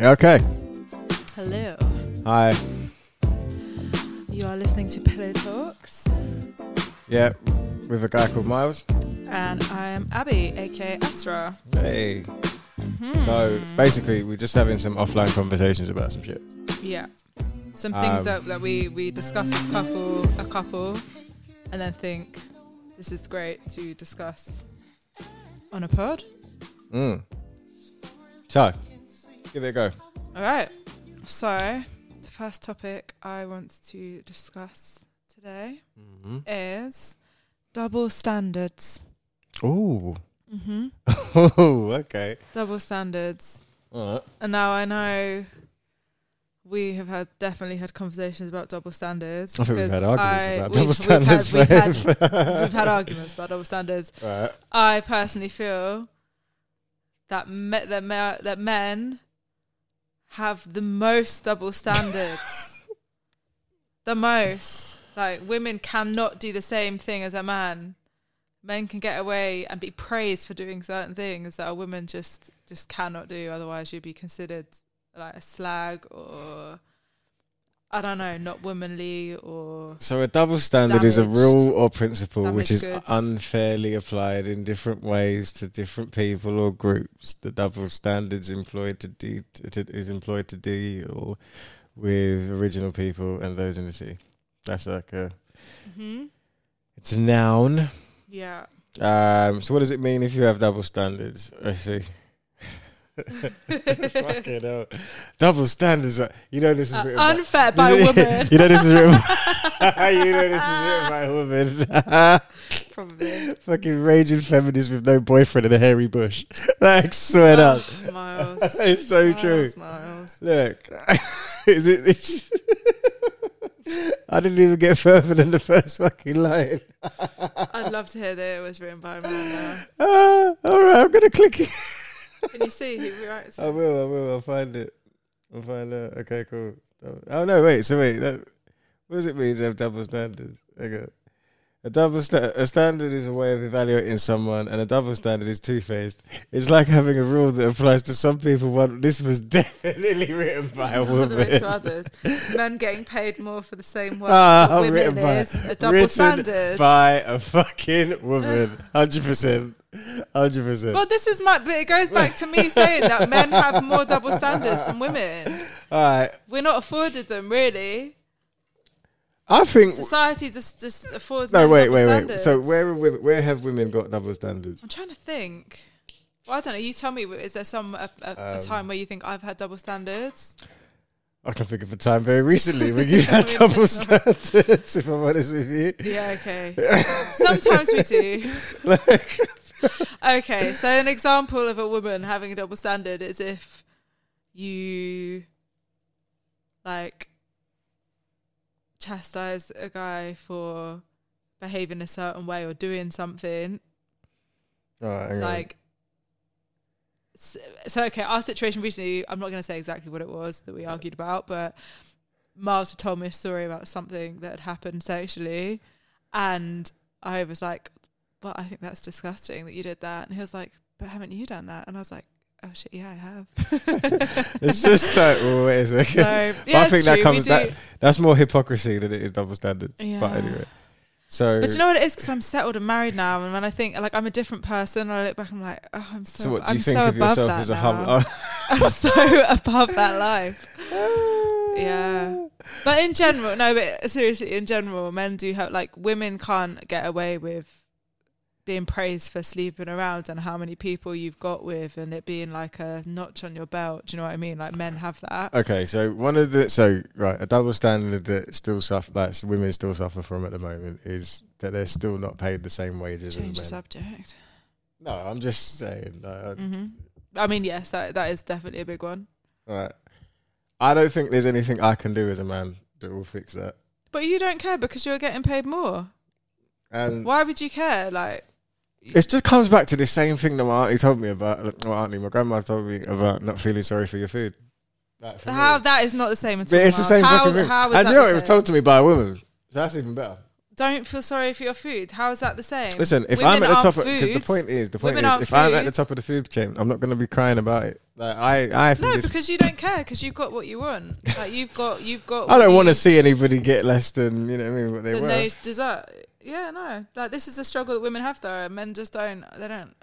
Okay. Hello. Hi. You are listening to Pillow Talks, Yeah, with a guy called Miles. and I'm Abby, aka Astra. Hmm. Hey. So basically, we're just having some offline conversations about some shit. Yeah. Some things Um, that, that we, we discuss as couple, a couple, and then think this is great to discuss on a pod. Mm. So, give it a go. All right. So, the first topic I want to discuss today Mm-hmm. is double standards. Ooh. Mm-hmm. Oh, okay. Double standards. All right. And now I know we have had definitely had conversations about double standards. I think we've because had arguments I- about we've- double standards. We've had, we've, babe. had, we've had arguments about double standards. Right. I personally feel that me, that, me, that men have the most double standards. the most. Like women cannot do the same thing as a man. Men can get away and be praised for doing certain things that a woman just just cannot do. Otherwise, you'd be considered like a slag or I don't know, not womanly or So a double standard is a Damaged. rule or principle which is Damaged goods. unfairly applied in different ways to different people or groups. The double standards employed to de- to, to- is employed to deal with original people and those in the sea. That's like a it's a noun. Mm-hmm. yeah. Um, so what does it mean if you have double standards? I see. Fucking hell. Double standards. are- You know this is written by- Uh, unfair by a you know- woman, you know this is written. By, you know this is written by a woman. probably. Fucking raging feminist with no boyfriend and a hairy bush. like Oh, sweat up. Miles. It's so true. Miles, Miles. Look, is it? It's I didn't even get further than the first fucking line. I'd love to hear that it was written by a man Ah, all right, I'm gonna click it. now. Can you see who writes I it? will. I will. I'll find it. I'll find out. Okay, cool. Oh no, wait. So wait. That, what does it mean to have double standards? Okay. A double sta- a standard is a way of evaluating someone, and a double standard is two faced. It's like having a rule that applies to some people. One, this was definitely written by a All the way to woman. others. Men getting paid more for the same work Ah, that women written by- is a double written standard. by a fucking woman, hundred percent, hundred percent. Well, this is my. But it goes back to me saying that men have more double standards than women. All right, We're not afforded them really. I think. Society just just affords. No, men wait, double wait, wait. standards. So where are women, where have women got double standards? I'm trying to think. Well, I don't know. You tell me. Is there some a, a, a Um, time where you think I've had double standards? I can think of a time very recently when you had double standards, if I'm honest with you. Yeah, okay. Sometimes we do. okay, so an example of a woman having a double standard is if you like chastise a guy for behaving a certain way or doing something Alright, hang on. like so, so okay our situation recently i'm not going to say exactly what it was that we argued about but miles had told me a story about something that had happened sexually and i was like but i think that's disgusting that you did that and he was like but haven't you done that and i was like oh shit yeah i have it's just like, well, wait a second. so But yeah I think it's that true, comes we that do. that's more hypocrisy than it is double standards. Yeah. But anyway, so but you know what it is because i'm settled and married now and when i think like i'm a different person and i look back and i'm like oh i'm so, so what do you i'm think so of above yourself that as a Oh, now. hum? i'm so above that life Oh. Yeah. But in general, no, but seriously, in general, men do have like women can't get away with being praised for sleeping around and how many people you've got with and it being like a notch on your belt. Do you know what I mean? Like men have that. Okay, so one of the so right a double standard that still suffer that women still suffer from at the moment is that they're still not paid the same wages Change the as men. subject. No, I'm just saying. Like, I- hmm I mean, yes, that that is definitely a big one. Right. I don't think there's anything I can do as a man that will fix that. But you don't care because you're getting paid more. And Why would you care? Like, it just comes back to the same thing that my auntie told me about. Like, my auntie, my grandma told me about not feeling sorry for your food. Like, for how me. that is not the same at all. But it's the Miles. same how, fucking thing. how is and that you know, the it was same? told to me by a woman. So that's even better. Don't feel sorry for your food. How is that the same? Listen, if Women I'm at the aren't top, because the foods. point is, the point Women is, aren't if I'm at the foods. top of the food chain, I'm not going to be crying about it. Like I, I think No, it's- because you don't care because you've got what you want. Like you've got you've got. I what don't you- want to see anybody get less than you know what I mean what they than were. they deserve. Yeah, no. Like this is a struggle that women have though. and Men just don't. They don't.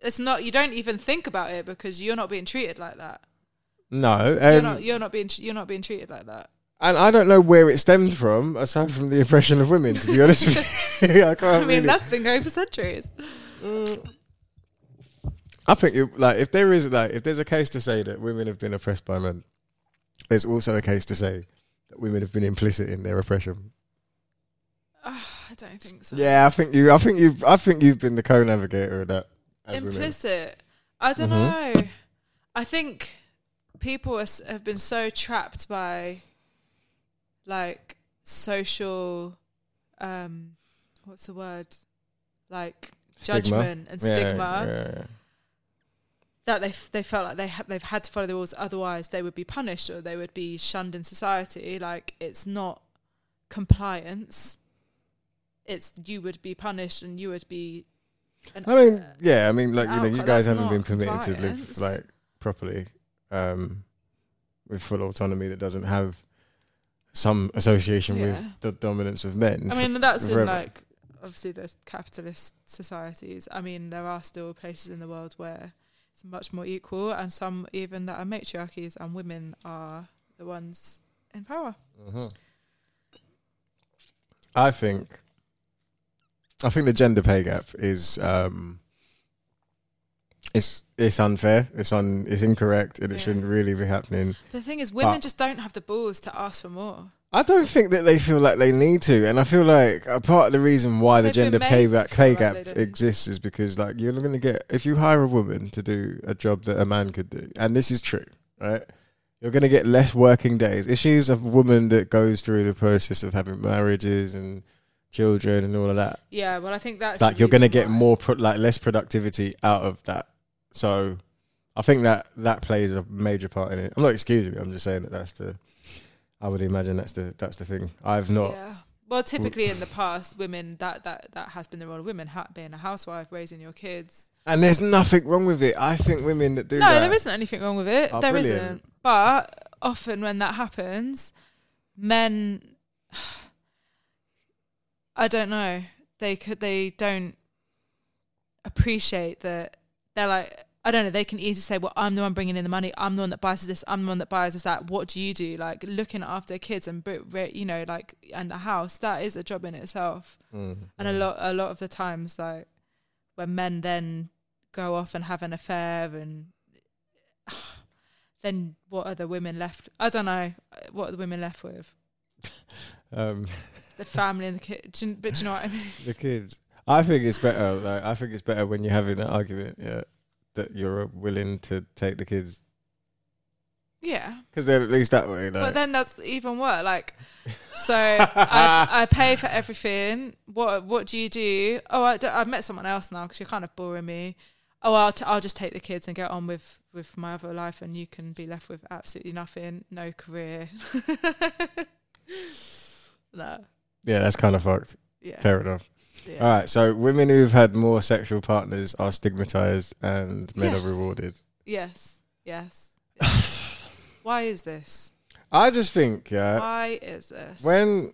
It's not. You don't even think about it because you're not being treated like that. no, You're um, not. You're not being. You're not being treated like that. and I don't know where it stemmed from aside from the oppression of women. To be honest with you, I can't. I mean, really- that's been going for centuries. Mm. I think you like if there is like if there's a case to say that women have been oppressed by men, there's also a case to say that women have been implicit in their oppression. Ah, I don't think so. Yeah, I think you. I think you. I think you've been the co-navigator of that. As women. implicit. I don't Mhm. know. I think people are, s- have been so trapped by like social, um, what's the word? Like Stigma. judgment and Yeah, stigma yeah, yeah. that they f- they felt like they ha- they've had to follow the rules, otherwise they would be punished or they would be shunned in society. Like it's not compliance. It's you would be punished and you would be. An, I mean, yeah, I mean, like you know, you outcome, guys Oh, that's haven't not been permitted to live compliance. like properly, um, with full autonomy that doesn't have some association with Yeah. the dominance of men. I mean, that's in forever. like obviously the capitalist societies. I mean, there are still places in the world where it's much more equal, and some even that are matriarchies, and women are the ones in power. Mhm. I think, I think the gender pay gap is um, it's it's unfair, it's un, it's incorrect, and it Yeah. shouldn't really be happening. The thing is, women But- just don't have the balls to ask for more. I don't think that they feel like they need to, and I feel like a part of the reason why the They've been gender made pay, to back, feel pay like gap they don't. exists is because like you're going to get if you hire a woman to do a job that a man could do, and this is true, right? You're going to get less working days if she's a woman that goes through the process of having marriages and children and all of that. Yeah, well, I think that's like the you're going to reason get why. more pro- like less productivity out of that. So I think that that plays a major part in it. I'm not excusing it. I'm just saying that that's the. I would imagine that's the that's the thing. I've not. Yeah. Well, typically in the past, women that that that has been the role of women, ha- being a housewife, raising your kids. And there's nothing wrong with it. I think women that do No, that. there isn't anything wrong with it. Oh, There brilliant. not But often when that happens, men, I don't know, they could they don't appreciate that they're like. I don't know. They can easily say, "Well, I'm the one bringing in the money. I'm the one that buys us this. I'm the one that buys us that. What do you do? Like looking after kids and bri- bri- you know, like and the house. That is a job in itself. Mm, And a lot a lot of the times like when men then go off and have an affair and then what are the women left I don't know what are the women left with Um, the family and the kids but do you know what I mean the kids. I think it's better. Like I think it's better when you're having an argument. Yeah, that you're willing to take the kids yeah because they're at least that way. but Like. then that's even worse like so I, I pay for everything what what do you do oh I, d- I've met someone else now because you're kind of boring me oh I'll, t- I'll just take the kids and get on with with my other life and you can be left with absolutely nothing no career no yeah, that's kind of fucked. yeah, Fair Uh, enough. yeah. All right, so women who've had more sexual partners are stigmatized and men Yes. are rewarded. yes yes why is this I just think, yeah, why is this uh, when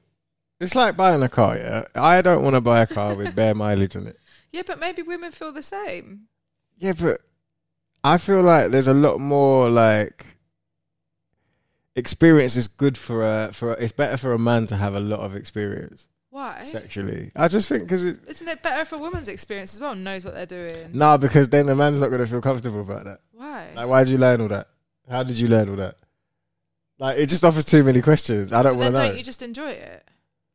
it's like buying a car, yeah, I don't want to buy a car with bare mileage on it. yeah but maybe women feel the same Yeah, but I feel like there's a lot more like experience is good for a for a, it's better for a man to have a lot of experience why sexually. I just think because it isn't it better if a woman's experience as well knows what they're doing nah, because then the man's not gonna feel comfortable about that. why Like, why did you learn all that? How did you learn all that? Like, it just offers too many questions. I don't But then want to don't know. you just enjoy it?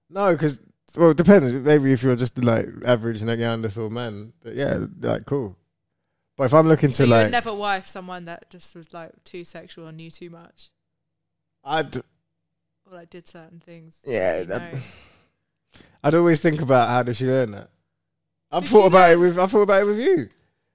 No, because well, it depends. Maybe if you're just like average Neanderthal man, but yeah, like cool. But if I'm looking So to you like, would never wife someone that just was like too sexual and knew too much, I'd or like did certain things. yeah, you that- know. I'd always think about how did she learn that. I Did thought you about it with I thought about it with you.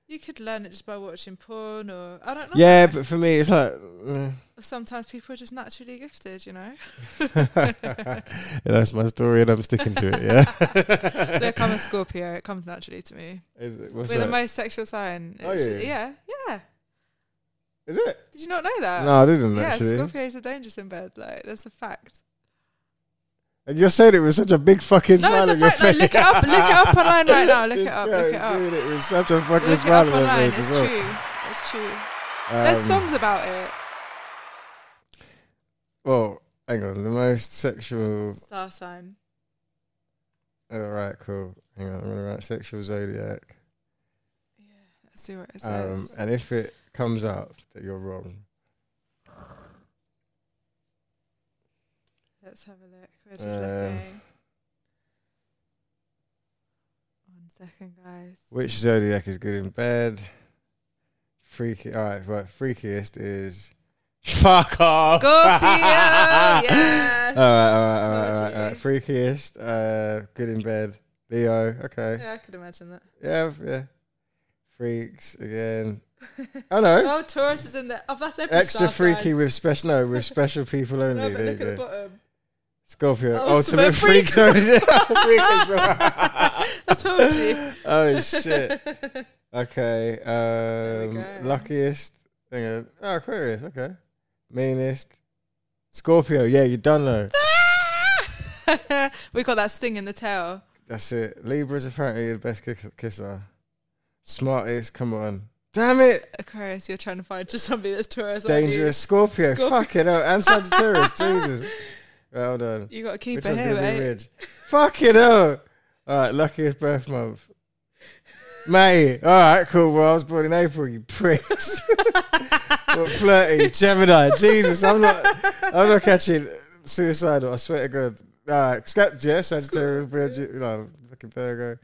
You could learn it just by watching porn, or I don't know. Yeah, but for me, it's like. eh. sometimes people are just naturally gifted, you know. Yeah, that's my story, and I'm sticking to it. Yeah. Look, I'm a Scorpio; it comes naturally to me. Is it- Oh, what's We're the that? most sexual sign. Are It's- you? Yeah, yeah. Is it? Did you not know that? no, I didn't Yeah, actually. Scorpios are dangerous in bed. Like that's a fact. And you're saying it with such a big fucking No, smile it's on a your fact. No, face. look it up. Look it up online right now. Look it This up. girl is Look it up. Doing it with such a fucking Look it up smile on her online. face as It's well. true. It's true. There's Um, songs about it. Well, hang on. The most sexual. Star sign. All right, cool. Hang on. I'm gonna write sexual zodiac. Yeah, let's see what it Um, says. and if it comes up that you're wrong, let's have a look. We're just uh, looking. One second, guys. which zodiac is good in bed? Freaky. All right, right. Freakiest is. Fuck off. Scorpio. yes. All right, all right, all right, all right, all right. Told Freakiest, uh, good in bed. Leo, okay. Yeah, I could imagine that. Yeah, f- yeah. Freaks again. Oh no, Oh, Taurus is in there. Oh, that's every extra star sign. freaky with special. No, with special people only. No, but there you look at the go. bottom. Scorpio, Oh, ultimate, ultimate freak freaks. zone. Freak as I told you. well. oh shit. Okay. Um, go. luckiest. Hang on. Oh, Aquarius. Okay. Meanest. Scorpio. Yeah, you done though. we got that sting in the tail. That's it. Libra's apparently the best kiss- kisser. Smartest, come on. Damn it! Aquarius, you're trying to find just somebody that's Taurus. It's aren't you? dangerous. Scorpio, Scorpio. fucking hell. And Sagittarius, Jesus. Well done. You got to keep Which it one's here, going to be mate. weird? Fucking hell. All right, luckiest birth month. May. All right, cool. Well, I was born in April, you pricks. eh? what, flirty, Gemini. Jesus, I'm not I'm not catching suicidal, I swear to God. All right, scratch, yeah, Sagittarius, Virgo, no, fucking Virgo.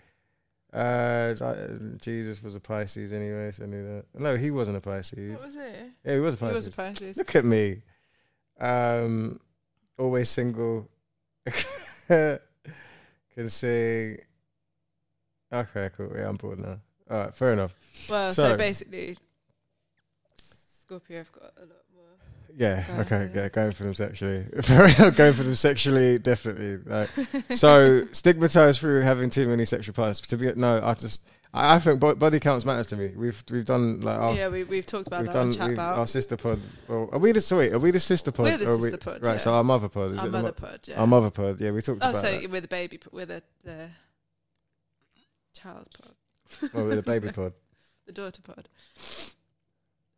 Uh, it's, uh, Jesus was a Pisces anyway, so I knew that. No, he wasn't a Pisces. What was it? Yeah, he was a He Pisces. was a Pisces. Look at me. Um, always single. Can sing. Okay, cool. Yeah, I'm bored now. All right, fair enough. Well, so, So- basically, Scorpio have got a lot more. Yeah, Go okay, ahead. yeah, going for them sexually. Fair enough, going for them sexually, definitely. Like, so stigmatized through having too many sexual partners. To be no, I just I, I think bo- body counts matters to me. We've we've done like our, yeah, we, we've talked about Oh. we've that done on chat we've- about our sister pod. Well, are we the so wait, Are we the sister pod? We're the or are we- sister pod, right? yeah. So our mother pod is our it? the mo- mother pod. Yeah. Our mother pod. Yeah, we talked oh, about so that. we're the baby, p- we're the, the child pod. Well, with the baby pod, the daughter pod.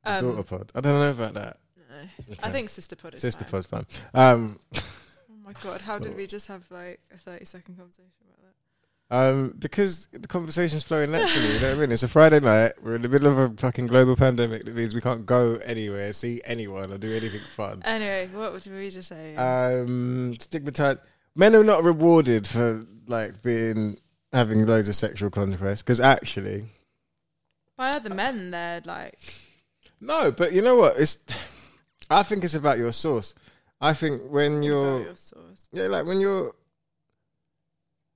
the Um, daughter pod. I don't know about that. No. I Okay. think sister pod is sister fine. pod's fine. Um, Oh my god, how did Cool. we just have like a thirty second conversation about that? Um, because the conversation's flowing naturally, you know what I mean? It's a Friday night. We're in the middle of a fucking global pandemic that means we can't go anywhere, see anyone, or do anything fun. Anyway, what did we just say? Um, stigmatized. Men are not rewarded for like being having loads of sexual conquest because actually, By other men, they're like no. But you know what? It's. I think it's about your source. I think when your, you're your source. Yeah, like when you're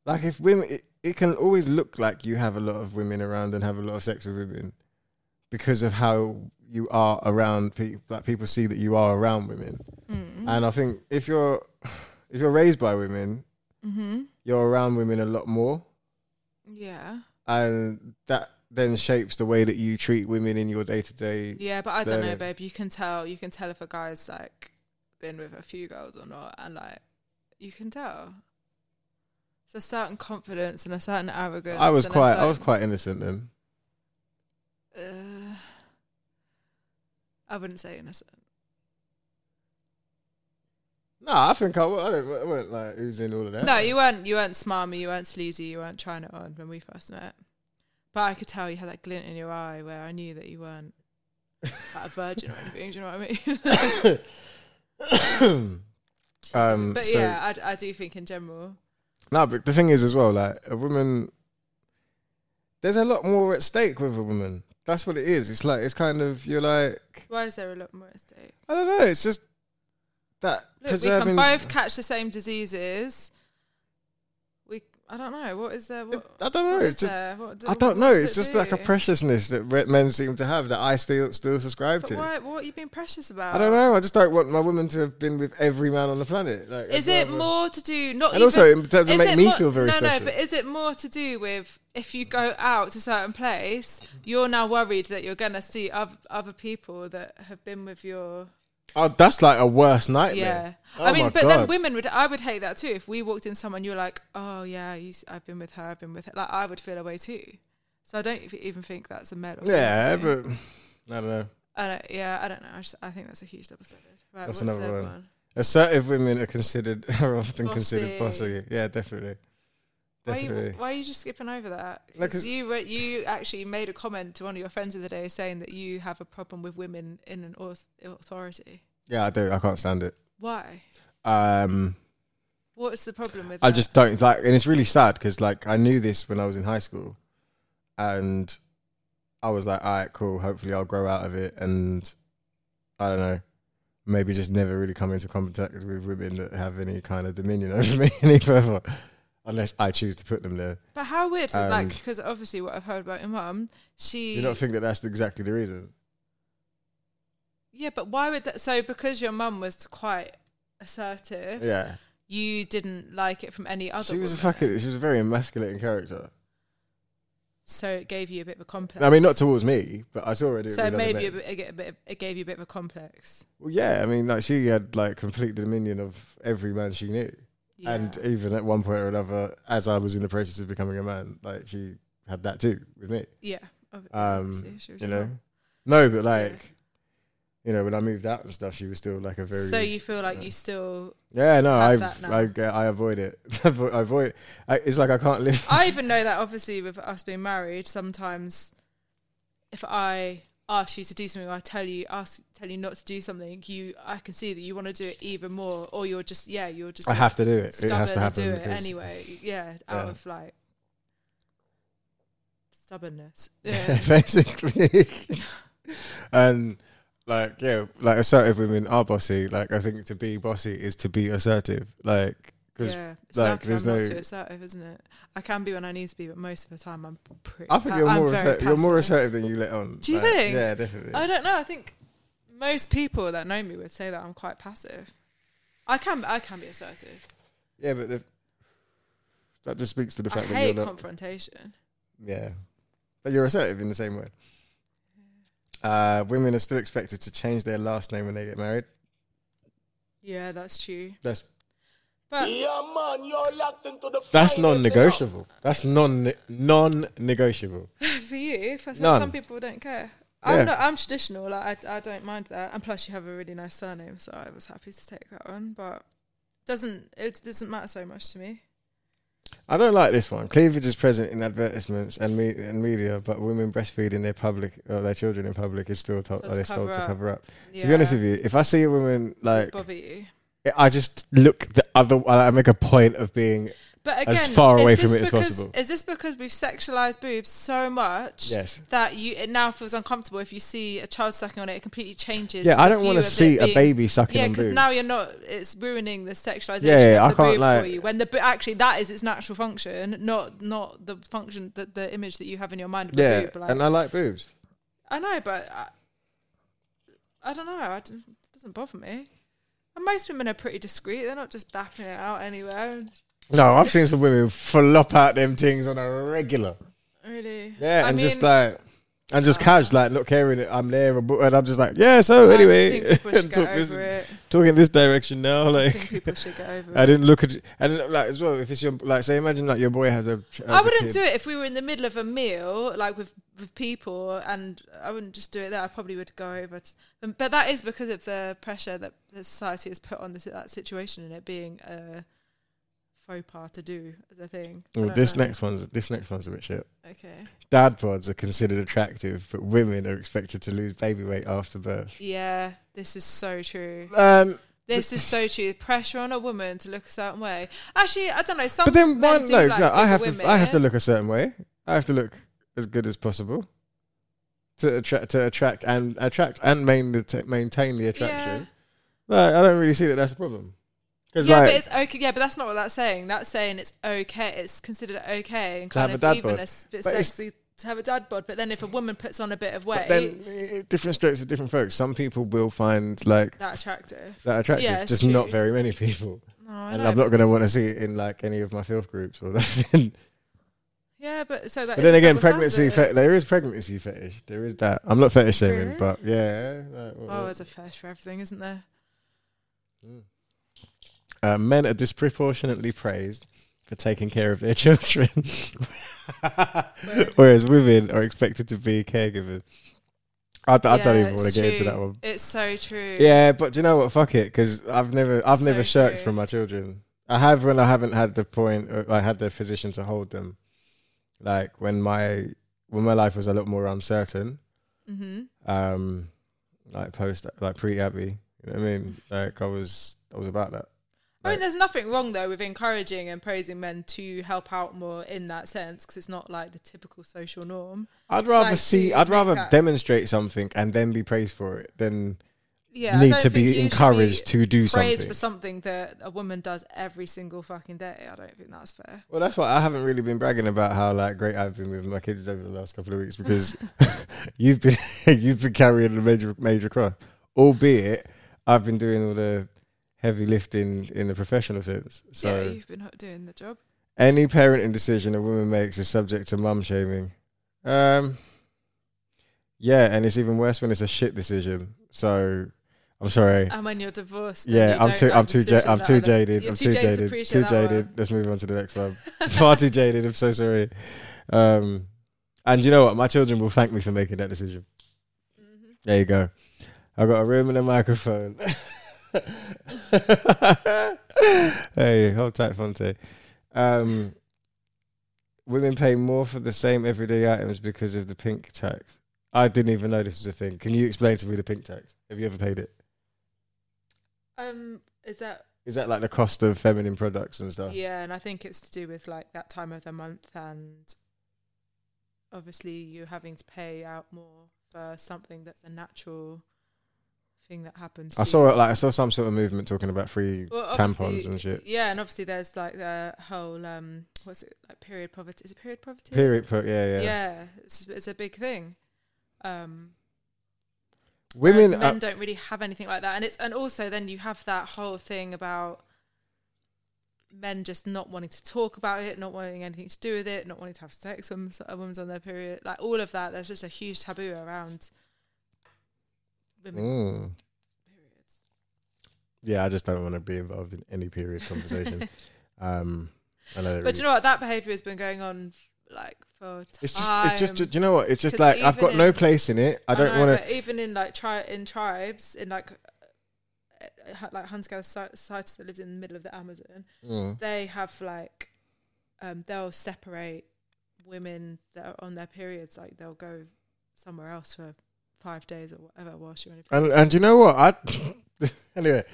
like if women, it, it can always look like you have a lot of women around and have a lot of sex with women because of how you are around people. Like people see that you are around women, Mm. and I think if you're if you're raised by women, Mm-hmm. you're around women a lot more, Yeah, and that then shapes the way that you treat women in your day to day. yeah, but I don't know, Learning. babe. You can tell. You can tell if a guy's like been with a few girls or not, and like you can tell. It's a certain confidence and a certain arrogance. I was and a quite I was certain- quite innocent then. Uh, I wouldn't say innocent. No, I think I, wa- I, don't, I weren't like oozing all of that. No, you weren't. You weren't smarmy. You weren't sleazy. You weren't trying it on when we first met. But I could tell you had that glint in your eye where I knew that you weren't like a virgin or anything. Do you know what I mean? um, but so- yeah, I d- I, do think in general. No, but the thing is as well, like a woman, there's a lot more at stake with a woman. That's what it is. It's like it's kind of you're like Why is there a lot more at stake? I don't know. It's just that Look, we can preserving. both catch the same diseases. We I don't know. What is there? What, I don't know. what It's is just there? What do- I what don't know. does It's it just like a do? preciousness that re- men seem to have that I still still subscribe But to. why, what are you being precious about? I don't know. I just don't want my woman to have been with every man on the planet. Like, Is I'd it rather- more to do not? And even- also, it doesn't is make it me more- feel very no, special. No, but is it more to do with if you go out to a certain place, you're now worried that you're gonna see other other people that have been with your Oh, that's like a worse yeah. nightmare. Oh I mean, my but God. then women would. I would hate that too. If we walked in someone, you were like, "Oh yeah, you, s- I've been with her. I've been with her." Like I would feel away too. So I don't ev- even think that's a medal. Yeah, but I don't know. I don't, yeah, I don't know. I, just, I think that's a huge double standard. Right, That's what's another the other one. Assertive women are considered are often considered Bossy. bossy. Yeah, definitely. Why are, you, Definitely. why are you just skipping over that? No, 'Cause 'cause- you re- you actually made a comment to one of your friends the other day saying that you have a problem with women in an auth- authority. Yeah, I do. I can't stand it. Why? Um, What's the problem with? I that? just don't like, and it's really sad because like I knew this when I was in high school, and I was like, all right, cool. Hopefully, I'll grow out of it, and I don't know, maybe just never really come into contact with women that have any kind of dominion over me any further, unless I choose to put them there. But how weird, Um, like, because obviously what I've heard about your mum, Do she you not think that that's exactly the reason? Yeah, but why would that? So because your mum was quite assertive, Yeah, you didn't like it from any other. she was a woman, fucking, she was a very emasculating character. So it gave you a bit of a complex. I mean, not towards me, but I saw her do it. So with other maybe men. it, it, get a bit of- it gave you a bit of a complex. Well, yeah, I mean, like she had like complete dominion of every man she knew, Yeah. and even at one point or another, as I was in the process of becoming a man, like she had that too with me. yeah, ob- Um, obviously, she was you your know, mum. no, but like, you know, when I moved out and stuff, she was still like a very. So you feel like yeah. you still. yeah, no, have I've, that now. I I avoid it. I avo- I avoid. I, it's like I can't live. I even know that obviously with us being married, sometimes if I ask you to do something, or I tell you ask tell you not to do something, you I can see that you want to do it even more, or you're just yeah, you're just I have to do it. It stubborn has to happen. do it because- anyway. Yeah, out Yeah. of like stubbornness. Yeah, Yeah. basically. and like, yeah, like assertive women are bossy. Like, I think to be bossy is to be assertive. Like, because yeah, it's like, like, I'm there's not no- too assertive, isn't it? I can be when I need to be, but most of the time I'm pretty. I think pa- you're I'm more very assertive, you're more passive. assertive than you let on. Do you Like, think? Yeah, definitely. I don't know. I think most people that know me would say that I'm quite passive. I can I can be assertive. yeah, but the, that just speaks to the I fact that you're hate not. confrontation. yeah, but you're assertive in the same way. Uh, women are still expected to change their last name when they get married. Yeah, that's true. That's But Yeah, man, you're locked into the that's finest, you know. non-negotiable. That's non non-negotiable. for you, for None. some people don't care. Yeah. I'm not, I'm traditional. Like I, I don't mind that. And plus, you have a really nice surname, so I was happy to take that one. But doesn't it doesn't matter so much to me. I don't like this one. Cleavage is present in advertisements and, me- and media, but women breastfeeding their public or their children in public is still told, So it's they're told cover to up. cover up. Yeah. To be honest with you, if I see a woman like, bother you. I just look the other. I make a point of being But again, as far is away this from it as because- possible. Is this because we've sexualized boobs so much? yes. that you it now feels uncomfortable if you see a child sucking on it. It completely changes. Yeah, the I don't want view to of it see a being- baby sucking Yeah, on because boobs. now you're not. It's ruining the sexualization Yeah, yeah, of the I can't, boob like- for you. When the bo- actually that is its natural function, not not the function that the image that you have in your mind of Yeah, the boob. Like, and I like boobs. I know, but I, I don't know. I don't- it doesn't bother me. And most women are pretty discreet. They're not just bapping it out anywhere. No, I've seen some women flop out them things on a regular. Really. Yeah, I and just mean, uh, like. And just cash, like not caring it. I'm there, and I'm just like, yeah. So anyway, I just think people should talk get this- over it. talking this direction now, I like think people should get over it. I didn't look at and like as well. If it's your like, say, imagine like your boy has a. Has I wouldn't do it if we were in the middle of a meal, like with with people, and I wouldn't just do it there. I probably would go over. To, um, but that is because of the pressure that the society has put on this, that situation and it being a faux pas to do as a thing. I don't this know. next one's this next one's a bit shit. Okay. Dad pods are considered attractive, but women are expected to lose baby weight after birth. Yeah, this is so true. Um, This is so true. Pressure on a woman to look a certain way. Actually, I don't know. Some but then men one do no, like no, I bigger have women. to I have to look a certain way. I have to look as good as possible to attract to attract and attract and main the t- maintain the attraction. Like, I don't really see that that's a problem. 'Cause Because yeah, like, but it's okay. Yeah, but that's not what that's saying. That's saying it's okay. It's considered okay and To have kind of a dad even bod. a s- bit But it's- sexy to have a dad bod. But then if a woman puts on a bit of weight, but then eh, different strokes for different folks. Some people will find like that attractive. that attractive, Yeah, it's just true. not very many people. No, I and know, I'm but- not going to want to see it in like any of my filth groups or nothing. Yeah, but so that. but is then a again, double pregnancy fe- standard. there is pregnancy fetish. There is that. I'm not fetish shaming, Really? but yeah. like, what- Oh, what- Mm. there's a fetish for everything, isn't there? uh, men are disproportionately praised for taking care of their children, whereas women are expected to be caregivers. I, d- I don't Yeah, even want to it's get into true. that one. It's so true. Yeah, but do you know what? Fuck it, because I've never, I've never So shirked true. from my children. I have when I haven't had the point, or I had the position to hold them. Like when my when my life was a lot more uncertain, Mm-hmm. um, like post, like pre Abbey. You know what I mean? Mm-hmm. Like I was, I was about that. I mean, Like- there's nothing wrong though with encouraging and praising men to help out more in that sense because it's not like the typical social norm. I'd rather Like, see. to I'd rather make up. demonstrate something and then be praised for it than Yeah, I need don't to think you be should encouraged to do praised something. for something that a woman does every single fucking day. I don't think that's fair. Well, that's why I haven't really been bragging about how like great I've been with my kids over the last couple of weeks because you've been you've been carrying the major major cross, albeit I've been doing all the heavy lifting in the professional sense. So yeah, you've been doing the job. any parenting decision a woman makes is subject to mum shaming. Um, yeah, and it's even worse when it's a shit decision. So I'm sorry. And when you're divorced, and Yeah, Uh, you I'm don't too, like I'm the too, ja- decision I'm that too other- jaded. You're I'm too jaded. appreciate Too that one. jaded. Let's move on to the next one. Far too jaded. I'm so sorry. Um, and you know what? My children will thank me for making that decision. Mhm. There you go. I've got a room and a microphone. hey, hold tight, Fonte. Um, women pay more for the same everyday items because of the pink tax. I didn't even know this was a thing. Can you explain to me the pink tax? Have you ever paid it? Um, is that Is that like the cost of feminine products and stuff? Yeah, and I think it's to do with like that time of the month and obviously you having to pay out more for something that's a natural thing that happens. I to saw you. it like I saw some sort of movement talking about free Well, tampons obviously- and shit. Yeah, and obviously there's like the whole um what's it like period poverty is it period poverty? Period. Pro- yeah, yeah. Yeah, it's, it's a big thing. Um Women. Whereas are- men don't really have anything like that, and it's and also then you have that whole thing about men just not wanting to talk about it, not wanting anything to do with it, not wanting to have sex when s- a woman's on their period, like all of that. There's just a huge taboo around women Mm. periods. Yeah, I just don't want to be involved in any period conversation. um, I know. that But really- do you know what? That behaviour has been going on like for time. it's just, it's just, do you know what? It's just um, 'Cause like I've even got no in- place in it. I don't know, want to. Uh, but Even in like tri- in tribes, in like uh, uh, like hunter-gatherer si- sites that lived in the middle of the Amazon, they have like um they'll separate women that are on their periods like they'll go somewhere else for five days or whatever whilst you're on a And and do you know what? I anyway,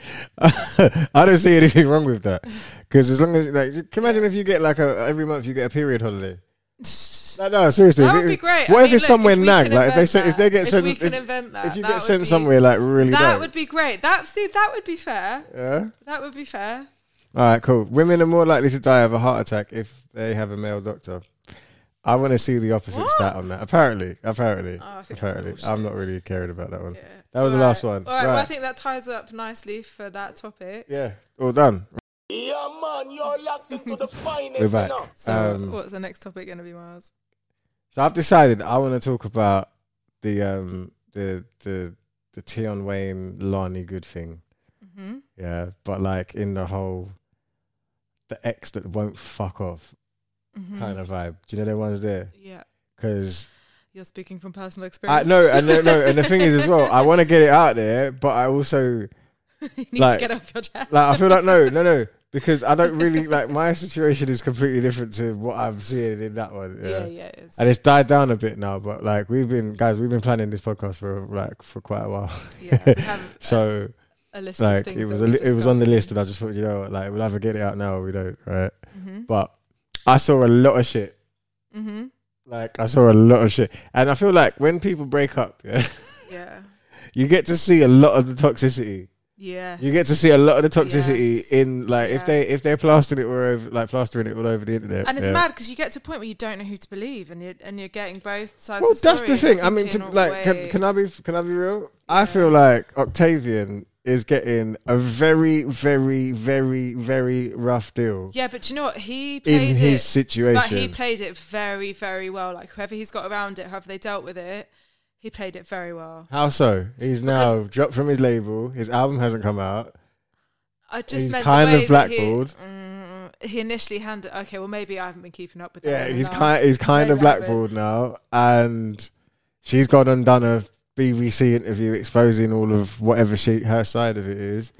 I don't see anything wrong with that because as long as like, you can imagine if you get like a every month you get a period holiday. period No, no, seriously. that if would it- be great I What if mean, it's look, somewhere we nag? can Like if they invent say, if that- they get sent, we if, can invent that if you that get would sent be- somewhere like really that dark, would be great that see that would be fair yeah. that would be fair All right, cool. Women are more likely to die of a heart attack if they have a male doctor. I want to see the opposite What? stat on that. Apparently, apparently, Oh, I think that's apparently. bullshit. I'm not really caring about that one. yeah. That was the Alright. last one. all right, well i Right. think that ties up nicely for that topic Yeah, all done. Yeah, man, you're locked into the We're finest, you back. know. so Um, what's the next topic going to be miles So I've decided I want to talk about the um the the the Tion Wayne Lonnie Good thing. hmm Yeah, but like in the whole the ex that won't fuck off hmm kind of vibe. Do you know the ones there? yeah Because you're speaking from personal I experience no, and no, no, and the thing is as well, I want to get it out there, but I also you need Like- to get off your chest. like I feel like no, no, no, because I don't really like my situation is completely different to what I'm seeing in that one. Yeah. yeah, yeah, it is. And it's died down a bit now, but like we've been guys, we've been planning this podcast for like for quite a while. yeah, we have So a list of like things. it was that a we li- it was on the discussed. list, and I just thought you know what, like we'll either get it out now or we don't, right? Mhm. But I saw a lot of shit. Mhm. Like I saw a lot of shit, and I feel like when people break up, yeah, Yeah. you get to see a lot of the toxicity. Yeah. You get to see a lot of the toxicity Yes. in like if they Yes. if they're plastering it all over like plastering it all over the internet. and it's yeah. mad because you get to a point where you don't know who to believe, and you're and you're getting both sides. Well, of the that's the story, thing. I mean, to, thinking, like, can, "Wait." can I be can I be real? I feel like Octavian is getting a very, very, very, very rough deal yeah, but you know what? He played in his it, situation. but he played it very, very well. Like whoever he's got around it, however they dealt with it, he played it very well. How so? He's now dropped from his label. His album hasn't come out. I just He's meant kind the way of that he- blackballed. Mm, He, initially handed. Okay, well maybe I haven't been keeping up with. Yeah, that he's enough. kind he's kind Very of rapid. blackballed now, and she's gone and done a BBC interview exposing all of whatever she her side of it is,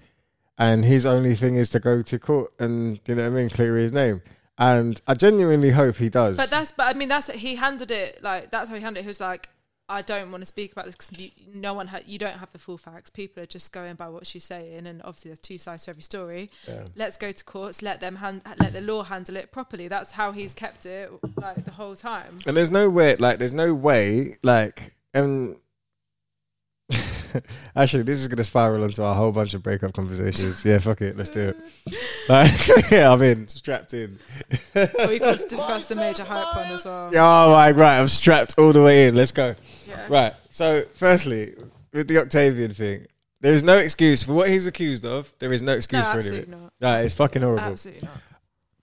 and his only thing is to go to court and you know what I mean, clear his name. And I genuinely hope he does. But that's. But I mean, that's he handled it like that's how he handled it. He was like, I don't want to speak about this because no one ha- you don't have the full facts. People are just going by what she's saying, and obviously there's two sides to every story. Yeah. Let's go to courts. Let them hand. Let the law handle it properly. That's how he's kept it like the whole time. And there's no way, like, there's no way, like, and actually, this is gonna spiral into a whole bunch of breakup conversations. yeah, fuck it, let's do it. Like, yeah, I'm in, strapped in. But we've got to discuss the major hype one as well. Oh my, right, I'm strapped all the way in. Let's go. Yeah. Right. So, firstly, with the Octavian thing, there is no excuse for what he's accused of. There is no excuse No, for any of it. absolutely not. Right, it's fucking horrible. Absolutely not.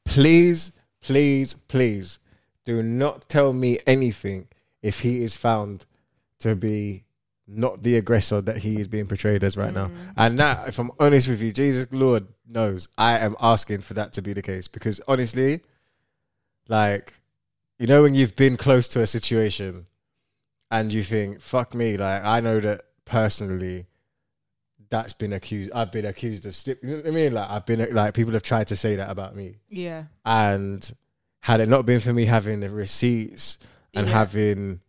Please, please, please, do not tell me anything if he is found to be not the aggressor that he is being portrayed as right now. And that, if I'm honest with you, Jesus Lord knows I am asking for that to be the case because honestly, like, you know, when you've been close to a situation and you think, fuck me, like, I know that personally that's been accused, I've been accused of, sti- you know what I mean? Like, I've been, like, people have tried to say that about me. Yeah. And had it not been for me having the receipts and Yeah. having,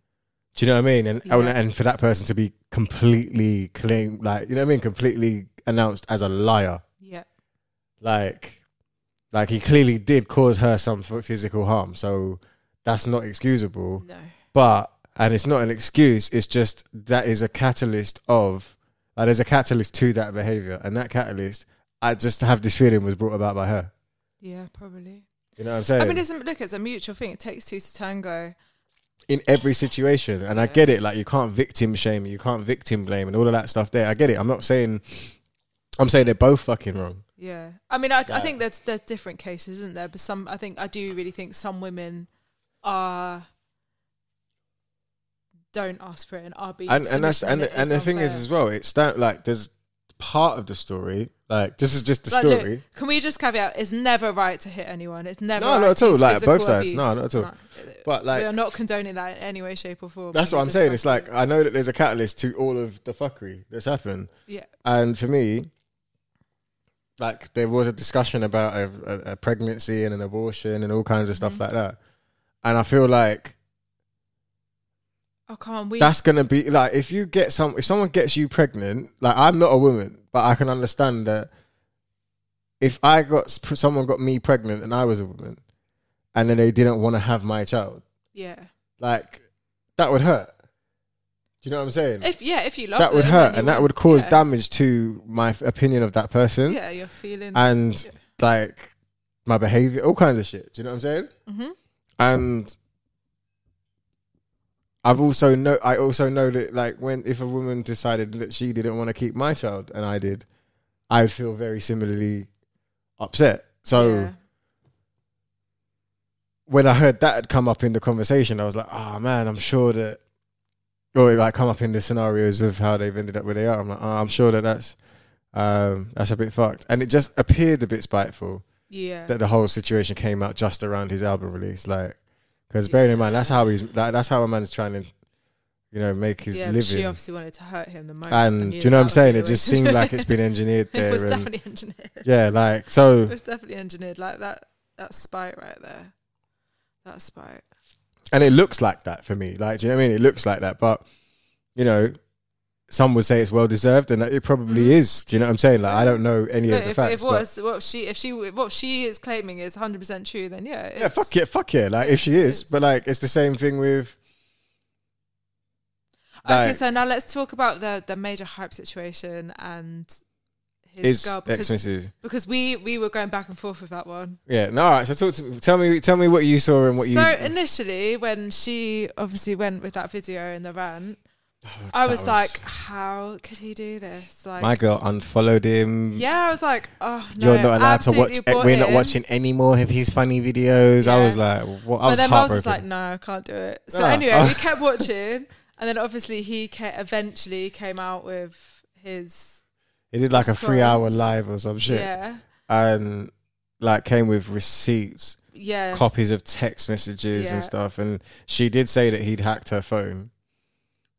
do you know what I mean? And and- Yeah. and for that person to be completely claimed, like you know what I mean, completely announced as a liar, Yeah. like, like he clearly did cause her some f- physical harm, so that's not excusable. No. But and it's not an excuse; it's just that is a catalyst of, like, there's a catalyst to that behavior, and that catalyst, I just have this feeling was brought about by her. Yeah. Probably. You know what I'm saying? I mean, it's a, look, it's a mutual thing. It takes two to tango. in every situation. And I get it, like you can't victim shame, you can't victim blame, and all of that stuff. There, I get it. I'm not saying, I'm saying they're both fucking wrong. Yeah, I mean, I, I Yeah. think that's there's different cases, isn't there? But some, I think, I do really think some women are don't ask for it and are being And and that's submissive and it and the thing is unfair. as well, it's that like there's part of the story. Like this is just the Like, story. look, can we just caveat? It's never right to hit anyone. It's never No, right not at to all, use like, both physical sides. No, abuse. not at all. Like, But we are like not condoning that in any way, shape, or form. that's We what I'm saying. It's discussed like I know that there's a catalyst to all of the fuckery that's happened. it. yeah, And for me, like there was a discussion about a, a, a pregnancy and an abortion and all kinds of Mm-hmm. stuff like that. And I feel like oh come on, we that's gonna be like if you get some if someone gets you pregnant like i'm not a woman but i can understand that if i got sp- someone got me pregnant and i was a woman and then they didn't want to have my child yeah. like that would hurt do you know what i'm saying If yeah, if you love that would them hurt you and that want- would cause yeah. damage to my f- opinion of that person Yeah, your feelings. and Yeah. like my behavior all kinds of shit do you know what i'm saying Mhm. and I've also know I also know that like when if a woman decided that she didn't want to keep my child and I did, I would feel very similarly upset. So Yeah. when I heard that had come up in the conversation, I was like, oh man, I'm sure that, or it like come up in the scenarios of how they've ended up where they are. I'm like, oh, I'm sure that that's um, that's a bit fucked, and it just appeared a bit spiteful. yeah, that the whole situation came out just around his album release. Like, because bearing in mind that's how he's that, that's how a man's trying to, you know, make his yeah. but She living. obviously wanted to hurt him the most. And do knew you know that what I'm would saying? be It the just way to seems do like it. it's been engineered It there. was and- definitely engineered. yeah, like It so, was definitely engineered. Like that. That spite right there. That spite. and it looks like that for me. Like, do you know what I mean? It looks like that, but you know, some would say it's well deserved, and it probably is. Do you know what I'm saying? Like, I don't know any Mm-hmm. No, of the if facts. it but- was what she if she what she is claiming is 100 percent true, then yeah. It's, Yeah, fuck yeah, fuck yeah. Like, if she is, it's- but like, it's the same thing with. Okay, like- so now let's talk about the the major hype situation and his His girl because, ex-missus. because we we were going back and forth with that one. Yeah. No. All right. So talk to me. Tell me. Tell me what you saw and what you. so initially, when she obviously went with that video in the rant, I Oh, that was, like, "How could he do this?" Like, my girl unfollowed him. yeah, I was like, "Oh no, You're not allowed to watch. absolutely eh, bought We're not in." watching any more of his funny videos. I Yeah. was like, what? I But was then I was just like, heartbroken. "No, I can't do it." So Ah. anyway, we kept watching, and then obviously he ca- eventually came out with his It did like a three-hour Scrolls. live or some shit, yeah and like came with receipts, yeah copies of text messages Yeah. and stuff. And she did say that he'd hacked her phone.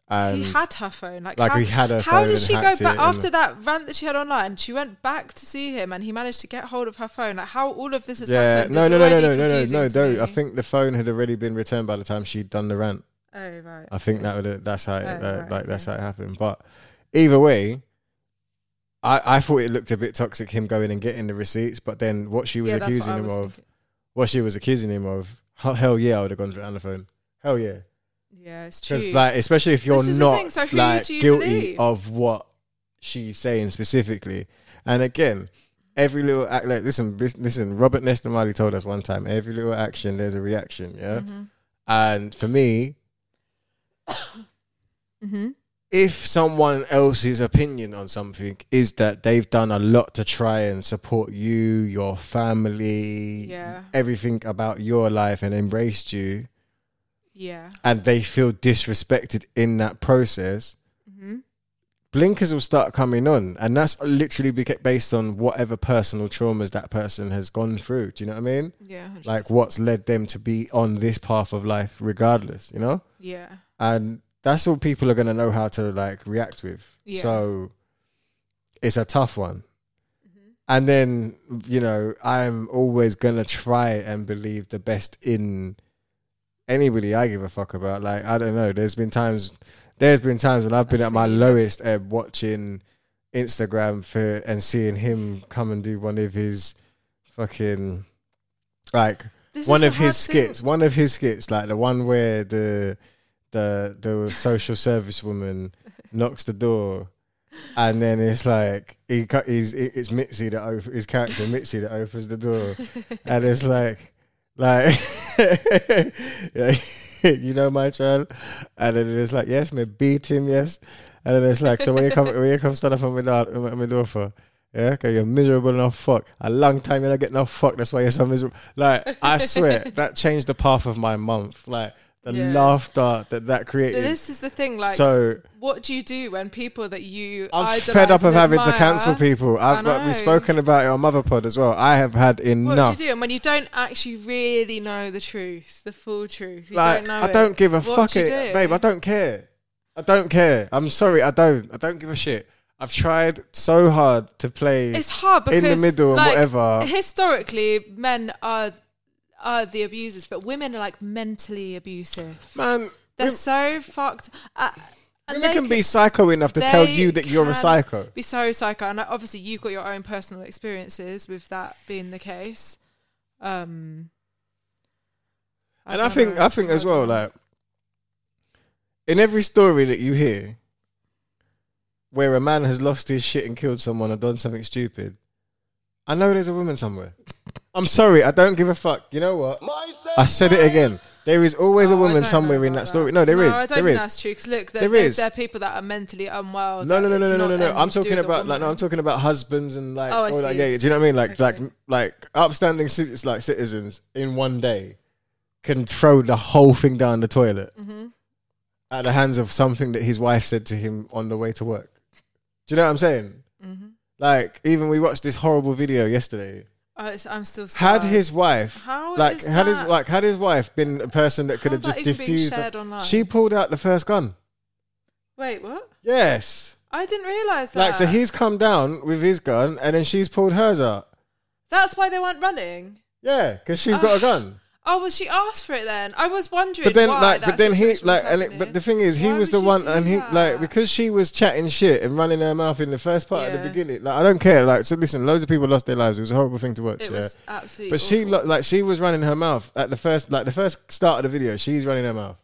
And he had her phone. Like, like how, he had her how phone did and she go hacked back it after and- that rant that she had online? She went back to see him, and he managed to get hold of her phone. Like how all of this has yeah, happened? no, is no, no, no, already no, no, no, confusing no, to don't. I me. think the phone had already been returned by the time she'd done the rant. Oh right. I think that would that's how it, Oh, that- right, like that's how okay. it happened. But either way, I I thought it looked a bit toxic him going and getting the receipts. But then what she was Yeah, that's what accusing I him was of, thinking. what she was accusing him of, hell, hell yeah, I would have gone to the phone. Hell yeah, Yeah, it's true. because like especially if you're This is the not thing, so who like do you guilty believe? of what she's saying specifically. And again, every little act like listen, bis- listen. Robert Nesta Marley told us one time, every little action, there's a reaction. Yeah, Mhm. and for me, Mhm. if someone else's opinion on something is that they've done a lot to try and support you, your family, Yeah. everything about your life and embraced you, yeah, and they feel disrespected in that process, Mhm. blinkers will start coming on. And that's literally beca- based on whatever personal traumas that person has gone through. Do you know what I mean? yeah, Like what's led them to be on this path of life, regardless, you know? yeah, and that's all people are going to know how to like react with Yeah. so it's a tough one Mm-hmm. and then you know i'm always going to try and believe the best in anybody i give a fuck about like i don't know there's been times there's been times when i've been I at my see. lowest ebb watching instagram for and seeing him come and do one of his fucking like This one is of the his hard thing. skits, one of his skits, like the one where the the the social service woman knocks the door, and then it's like he cut. He's it- it's Mitzi that op- his character Mitzi that opens the door, and it's like like yeah, you know my child, and then it's like yes, me beat him yes, and then it's like so when you come when you come stand up on my door, on my door for. Yeah, okay, you're miserable enough. Fuck, a long time you're not getting enough. Fuck, that's why you're so miserable. Like, I swear that changed the path of my month. Like the Yeah. laughter that that But created. this is the thing. Like, so what do you do when people that you I'm idolize fed up and of having to admire- cancel people. I've I got, know. we've spoken about it on Motherpod as well. I have had What enough. do you do? And when you don't actually really know the truth, the full truth, you like don't I know don't it, give a what fuck do you it, do? babe. I don't care. I don't care. I'm sorry. I don't. I don't give a shit. I've tried so hard to play. It's hard because in the middle like, and whatever. Historically, men are are the abusers, but women are like mentally abusive. Man, They're wom- so fucked. Uh, and women they can be psycho enough to tell they you that you're a can psycho. Be so psycho, and like, obviously you've got your own personal experiences with that being the case. Um, and I don't think know. I think as well, don't know. like in every story that you hear where a man has lost his shit and killed someone or done something stupid, I know there's a woman somewhere. I'm sorry, I don't give a fuck. You know what? Myself I said it again. There is always a Oh, I woman don't somewhere know in about that story. No, there is. I don't There think is. that's true. Because look, there, There there, is. there are people that are mentally unwell. No, that no, no, it's no, no, not no, no. anything I'm to do talking with the about like no, woman. I'm talking about husbands and like, Oh, I or, like see. yeah, do you know what I mean? Like like Okay. like upstanding citizens, like citizens in one day can throw the whole thing down the toilet Mm-hmm. at the hands of something that his wife said to him on the way to work. Do you know what I'm saying? Mm-hmm. Like even we watched this horrible video yesterday. Oh, it's, I'm still Had scarred. his wife How like is had his that- like had his wife been a person that could How's have just that even being diffused shared the- online? she pulled out the first gun. wait, what? Yes. I didn't realize that. Like, so he's come down with his gun, and then she's pulled hers out. That's why they weren't running. Yeah, because she's got a gun. Oh, well, she asked for it then. I was wondering. But then, why like, that but then he, situation like, was and it, but happening. the thing is, he Why was would the she one, do and he, like, that? because she was chatting shit and running her mouth in the first part of Yeah. the beginning. Like, I don't care. Like, so listen, loads of people lost their lives. It was a horrible thing to watch. it yeah. was absolutely. But she lo- like she was running her mouth at the first like the first start of the video. She's running her mouth,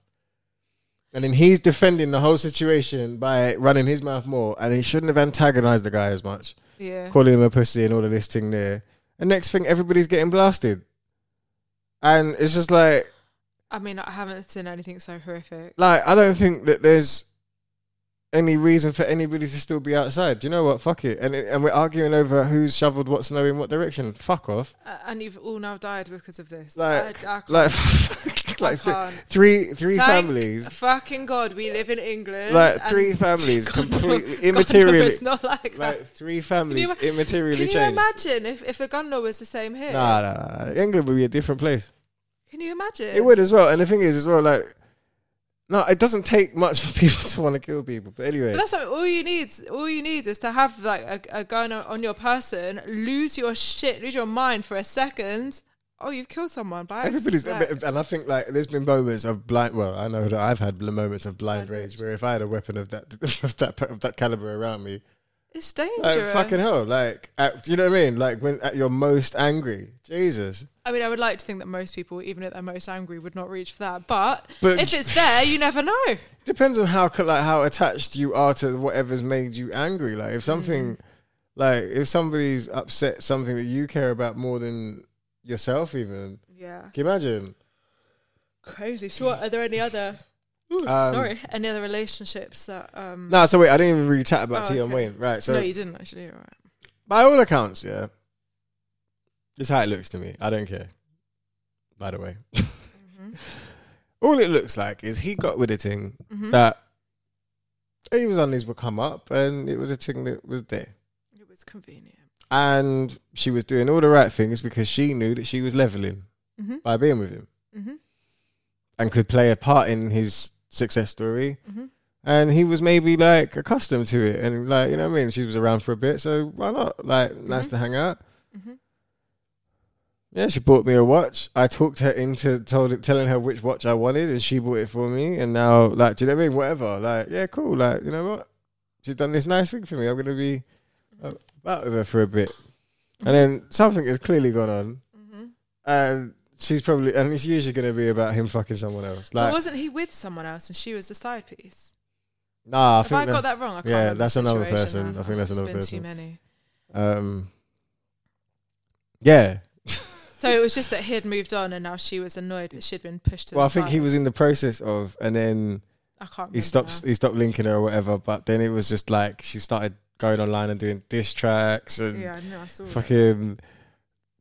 and then he's defending the whole situation by running his mouth more. And he shouldn't have antagonized the guy as much. Yeah. calling him a pussy and all of this thing there. And next thing, everybody's getting blasted. And it's just like, I mean, I haven't seen anything so horrific. like I don't think that there's any reason for anybody to still be outside. Do you know what? Fuck it. And it- and we're arguing over who's shoveled what snow in what direction. Fuck off. Uh, and you've all now died because of this. Like, I, I like, can't- I like th- can't. three three Thank families. Fucking God, we live in England. Like and three families God no- completely God no, immaterially, It's not like that. like three families ima- Can immaterially you changed. imagine if, if the gun law was the same here? Nah, nah, nah, England would be a different place. Can you imagine? It would as well. And the thing is, as well, like, no, it doesn't take much for people to want to kill people. But anyway, But that's what all you need. All you need is to have like a, a gun on- on your person, lose your shit, lose your mind for a second. Oh, you've killed someone by Everybody's, accident. and I think like there's been moments of blind. Well, I know that I've had bl- moments of blind Blind rage where if I had a weapon of that of that of that caliber around me, It's dangerous. like uh, fucking hell, like at, you know what I mean? Like when at your most angry, Jesus. I mean, I would like to think that most people, even at their most angry, would not reach for that. But, But- if it's there, you never know. Depends on how co- like how attached you are to whatever's made you angry. Like if something, Mm. like if somebody's upset something that you care about more than yourself, even Yeah, can you imagine? crazy. So, what, are there any other? Ooh, Um, sorry, any other relationships that? Um, No, so wait, I didn't even really chat about Oh, T and okay. Wayne, right? So no, you didn't actually. All right. By all accounts, yeah. It's how it looks to me. I don't care. By the way. Mm-hmm, all it looks like is he got with a thing Mhm. that he was on his would come up and it was a thing that was there. It was convenient. And she was doing all the right things because she knew that she was leveling Mm-hmm. by being with him Mm-hmm. and could play a part in his success story. Mm-hmm. And he was maybe like accustomed to it and like, you know what I mean? She was around for a bit, so why not? Like, nice Mhm. to hang out. Mm-hmm. Yeah, she bought me a watch. I talked her into told, telling her which watch I wanted, and she bought it for me. And now, like, do you know what I mean? Whatever. Like, yeah, cool. Like, you know what? She's done this nice thing for me. I'm gonna be uh, about with her for a bit. And then something has clearly gone on, Mm-hmm. and she's probably and it's usually gonna be about him fucking someone else. But Like, wasn't he with someone else and she was the side piece? nah, I Have I think got that, that wrong? I can't yeah, remember the that's another situation person. now. I think that's It's another been person. too many. um, yeah. So it was just that he had moved on and now she was annoyed that she'd been pushed to Well, I the side. think he was in the process of, and then. I can't remember. he stopped now. he stopped linking her or whatever but then it was just like she started going online and doing diss tracks and Yeah, no, I saw it. fucking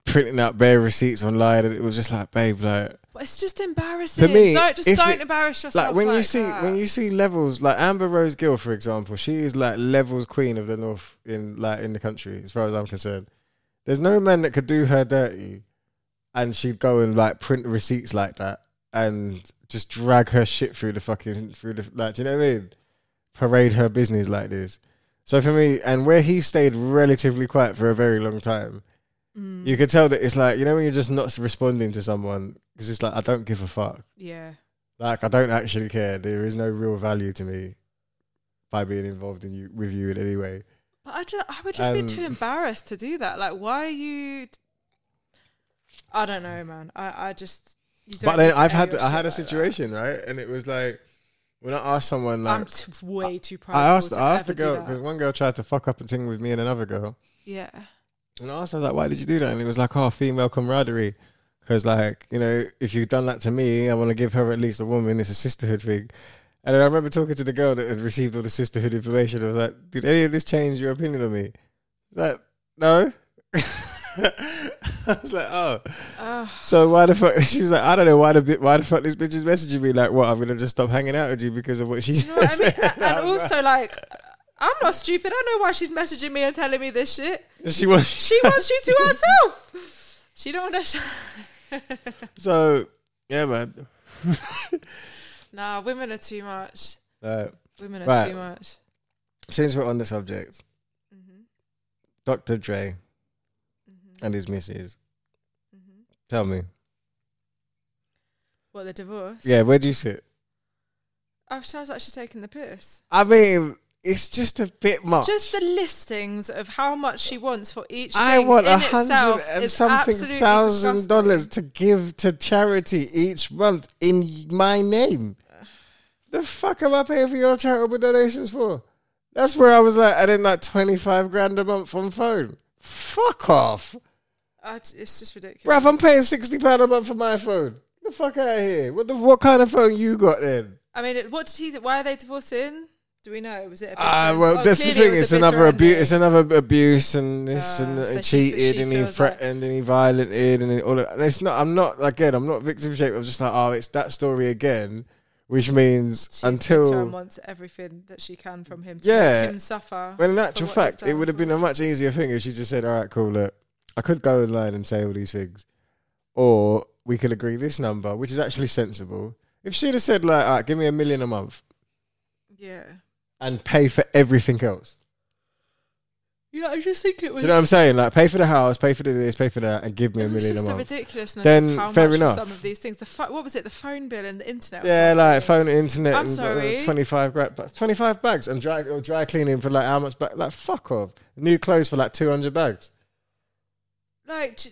printing out bare receipts online and it was just like babe like But it's just embarrassing. me, don't just if don't it- embarrass yourself. like when you see that. when you see levels like Amber Rose Gill for example she is like levels queen of the north in like in the country as far as I'm concerned there's no man that could do her dirty and she'd go and like print receipts like that and just drag her shit through the fucking through the like do you know what I mean parade her business like this so for me and where he stayed relatively quiet for a very long time Mm, you could tell that it's like you know when you're just not responding to someone because it's like I don't give a fuck yeah, like I don't actually care. There is no real value to me by being involved in you with you in any way. but I just I would just Um, be too embarrassed to do that. Like, why are you? I don't know, man. I I just. You don't But then need to I've air had your I had a shit like that. situation right, and it was like when I asked someone I'm like t- way too proud. I asked I asked the girl because one girl tried to fuck up a thing with me and another girl, Yeah. and I asked her like why did you do that, and it was like oh female camaraderie. Because like you know, if you've done that to me, I want to give her at least a woman. It's a sisterhood thing. And then I remember talking to the girl that had received all the sisterhood information. I was like, "Did any of this change your opinion of me?" She's like, no. I was like, "Oh, Ugh. so why the fuck?" She was like, "I don't know why the bi- why the fuck this bitch is messaging me like what? I'm gonna just stop hanging out with you because of what she You know what I mean? said." A- and also, like, I'm not stupid. I know why she's messaging me and telling me this shit. she was She wants you to herself. She don't want to. so yeah, man. nah, women are too much. Right. Women are Right. too much. Mm-hmm. Since we're on the subject, Dr. Dre and his missus, Mm-hmm. tell me, What the divorce? yeah, where do you sit? I sounds like she's taking the piss. I mean, it's just a bit much. Just the listings of how much she wants for each. I thing want in a hundred itself and is something absolutely thousand dollars disgusting. to give to charity each month in my name. The fuck am I paying for your charitable donations for? That's where I was like, I didn't like 25 grand a month on phone. Fuck off. I j- Uh, it's just ridiculous. Bruv, I'm paying 60 pound a month for my phone. Get the fuck out of here. What the what kind of phone you got then? I mean, it- what did he? Why are they divorcing? Do we know? Was it? a Ah, bitter- well, oh, that's the clearly it thing. was a It's bitter another abuse. ending. It's another abuse, and this, Ah, and, so and she- cheated, she and he feels like- threatened, and he violented, and all of. And it's not. I'm not again. I'm not victim shape. I'm just like, oh, it's that story again, which means She's bitter and until. wants everything that she can from him to Yeah. make him suffer. Well, in for actual what he's fact, it done would have for been her. a much easier thing if she just said, "All right, cool, look, I could go online and say all these things, or we could agree this number, which is actually sensible." If she'd have said, "Like, all right, give me a million a month yeah. and pay for everything else," Yeah, I just think it do was. you know what I'm saying? Like, pay for the house, pay for the this, pay for that, and give me a it was million a just the month. ridiculousness Then, of how fair much for enough. some of these things. The pho- what was it? The phone bill and the internet. was Yeah, something. like phone, and internet, I'm and sorry. Uh, twenty-five gra- ba- twenty-five bags, and dry or dry cleaning for like how much? Ba- like, fuck off. New clothes for like two hundred bags. Like, do,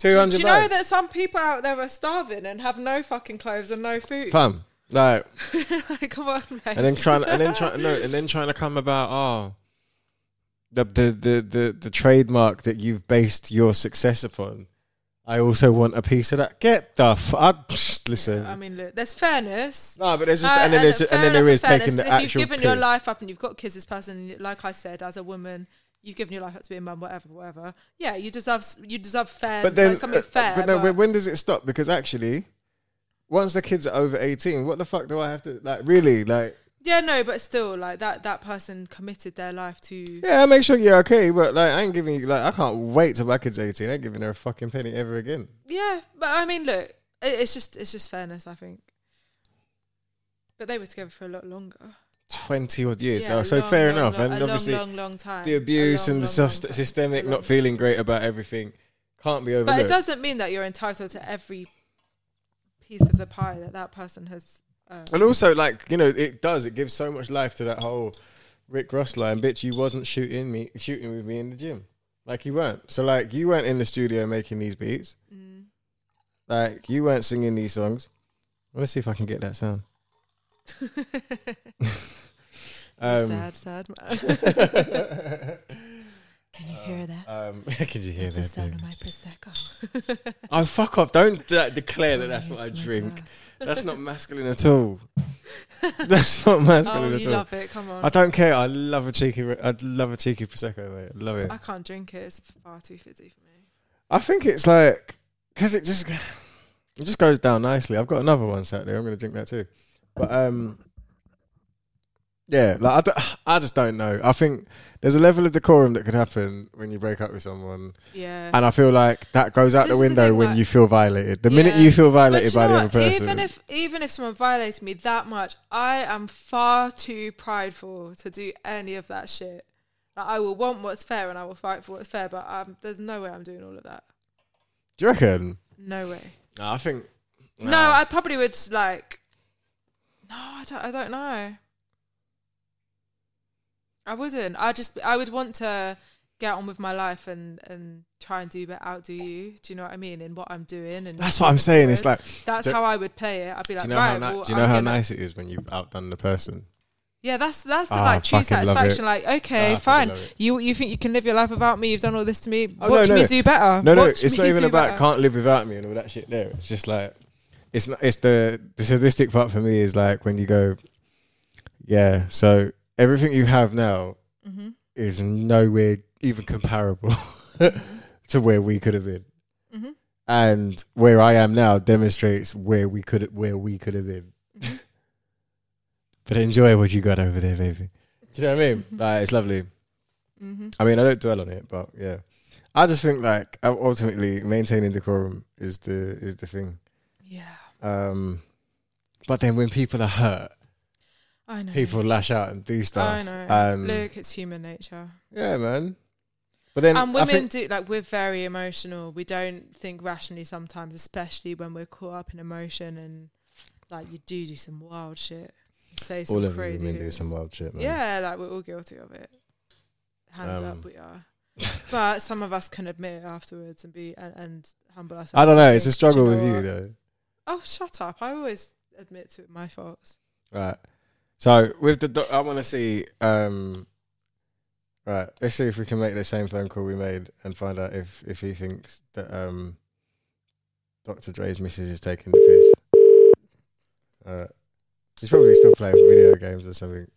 Two do hundred. you know that some people out there are starving and have no fucking clothes and no food? Fun. Like, like, come on, mate. and then trying and then trying no and then trying to come about oh the, the the the the trademark that you've based your success upon i also want a piece of that get the f- I, psh, listen I mean, look, there's fairness. no but there's Um, No, just and then there's and fair then there enough, is fair taking the enough. if actual you've given your piss. life up and you've got kids as person like I said as a woman you've given your life up to be a mum whatever whatever yeah you deserve s- you deserve fair but then like something uh, fair but no when- when does it stop because actually once the kids are over 18 what the fuck do i have to like really like yeah no but still like that that person committed their life to yeah i make sure you're okay but like i ain't giving you like i can't wait till my kid's 18 i ain't giving her a fucking penny ever again yeah but I mean look it, it's just it's just fairness I think but they were together for a lot longer 20 odd years Yeah, oh, a so long, fair long, enough long- and a long, obviously long long time the A abuse long, and the long, sus- long time. systemic A not long- feeling great about everything can't be But overlooked. it doesn't mean that you're entitled to every piece of the pie that that person has. Uh, and also, like you know, it does. It gives so much life to that whole Rick Ross line. Bitch, you wasn't shooting me, shooting with me in the gym, like you weren't. So like you weren't in the studio making these beats, like you weren't singing these songs. Let me see if I can get that sound. um, sad, sad. Man. Can you hear that? um, can you hear It's the that? sound baby? of my prosecco. Oh fuck off! Don't uh, declare that that's what I It's my drink. glass. That's not masculine at all. That's not masculine Oh, at you all. love it. Come on. I I, don't care. I love a cheeky. re- I'd love a cheeky prosecco, mate. I love it. can't drink it. It's far too fizzy for me. I think it's like because it just it just goes down nicely. I've got another one sat there. I'm going to drink that too. But um, yeah, like I, don't- I just don't know. I think there's a level of decorum that could happen when you break up with someone, Yeah. and I feel like that goes out This is the the window thing, when like- you feel violated. The minute Yeah. you feel But violated you by know the other what? person, Even if even if someone violates me that much, I am far too prideful to do any of that shit. Like, I will want what's fair and I will fight for what's fair, but um, there's no way I'm doing all of that. do you reckon? No way. No, I think No, I probably would like. No, I don't. I don't know. I wouldn't. I just. I would want to get on with my life and and try and do better, outdo you. Do you know what I mean? In what I'm doing, and that's what I'm saying. It's like that's Do- how I would play it. I'd be like, Do you know right, how, ni- well, do you know I'm how gonna- nice it is when you've outdone the person? Yeah, that's that's the, Ah, I like true fucking love satisfaction. Like, okay, Ah, I fucking fine. love it. You you think you can live your life without me? You've done all this to me. Oh, no, Watch no, me no. do better. No, no, Watch it's me not even do about better. can't live without me and all that shit. There, it's just like it's not. It's the the sadistic part for me is like when you go, yeah. So everything you have now Mm-hmm. is nowhere even comparable to where we could have been, Mhm. and where I am now demonstrates where we could where we could have been. but enjoy what you got over there, baby. Do you know what I mean? Like it's lovely. Mm-hmm. I mean, I don't dwell on it, but yeah, I just think like uh, ultimately maintaining decorum is the is the thing. Yeah, Um, but then when people are hurt, I know. people lash out and do stuff. Um, I know. And Look, it's human nature. yeah, man. But then and I women think, do like we're very emotional. We don't think rationally sometimes, especially when we're caught up in emotion and like you do do some wild shit, You say some all of crazy. women do things. some wild shit, man. yeah, like we're all guilty of it. Hands Um, up, we are. but some of us can admit it afterwards and be and, and humble ourselves. I don't know. and It's a think, struggle "Do you with know you what? though, Oh, shut up! I always admit to my faults. right? So with the, doc- I want to see. um Right, let's see if we can make the same phone call we made and find out if if he thinks that um Dr. Dre's missus is taking the piss. Alright. He's probably still playing video games or something.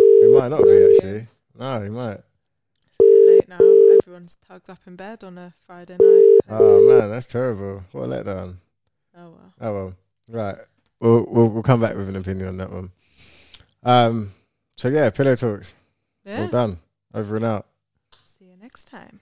He might not be actually. No, he might. It's a bit late now. Everyone's tugged up in bed on a Friday night. Oh man, that's terrible. What a letdown. Oh well. Oh well, right. We'll, we'll we'll come back with an opinion on that one. Um. So yeah, pillow talks. Yeah. All done. Over and out. See you next time.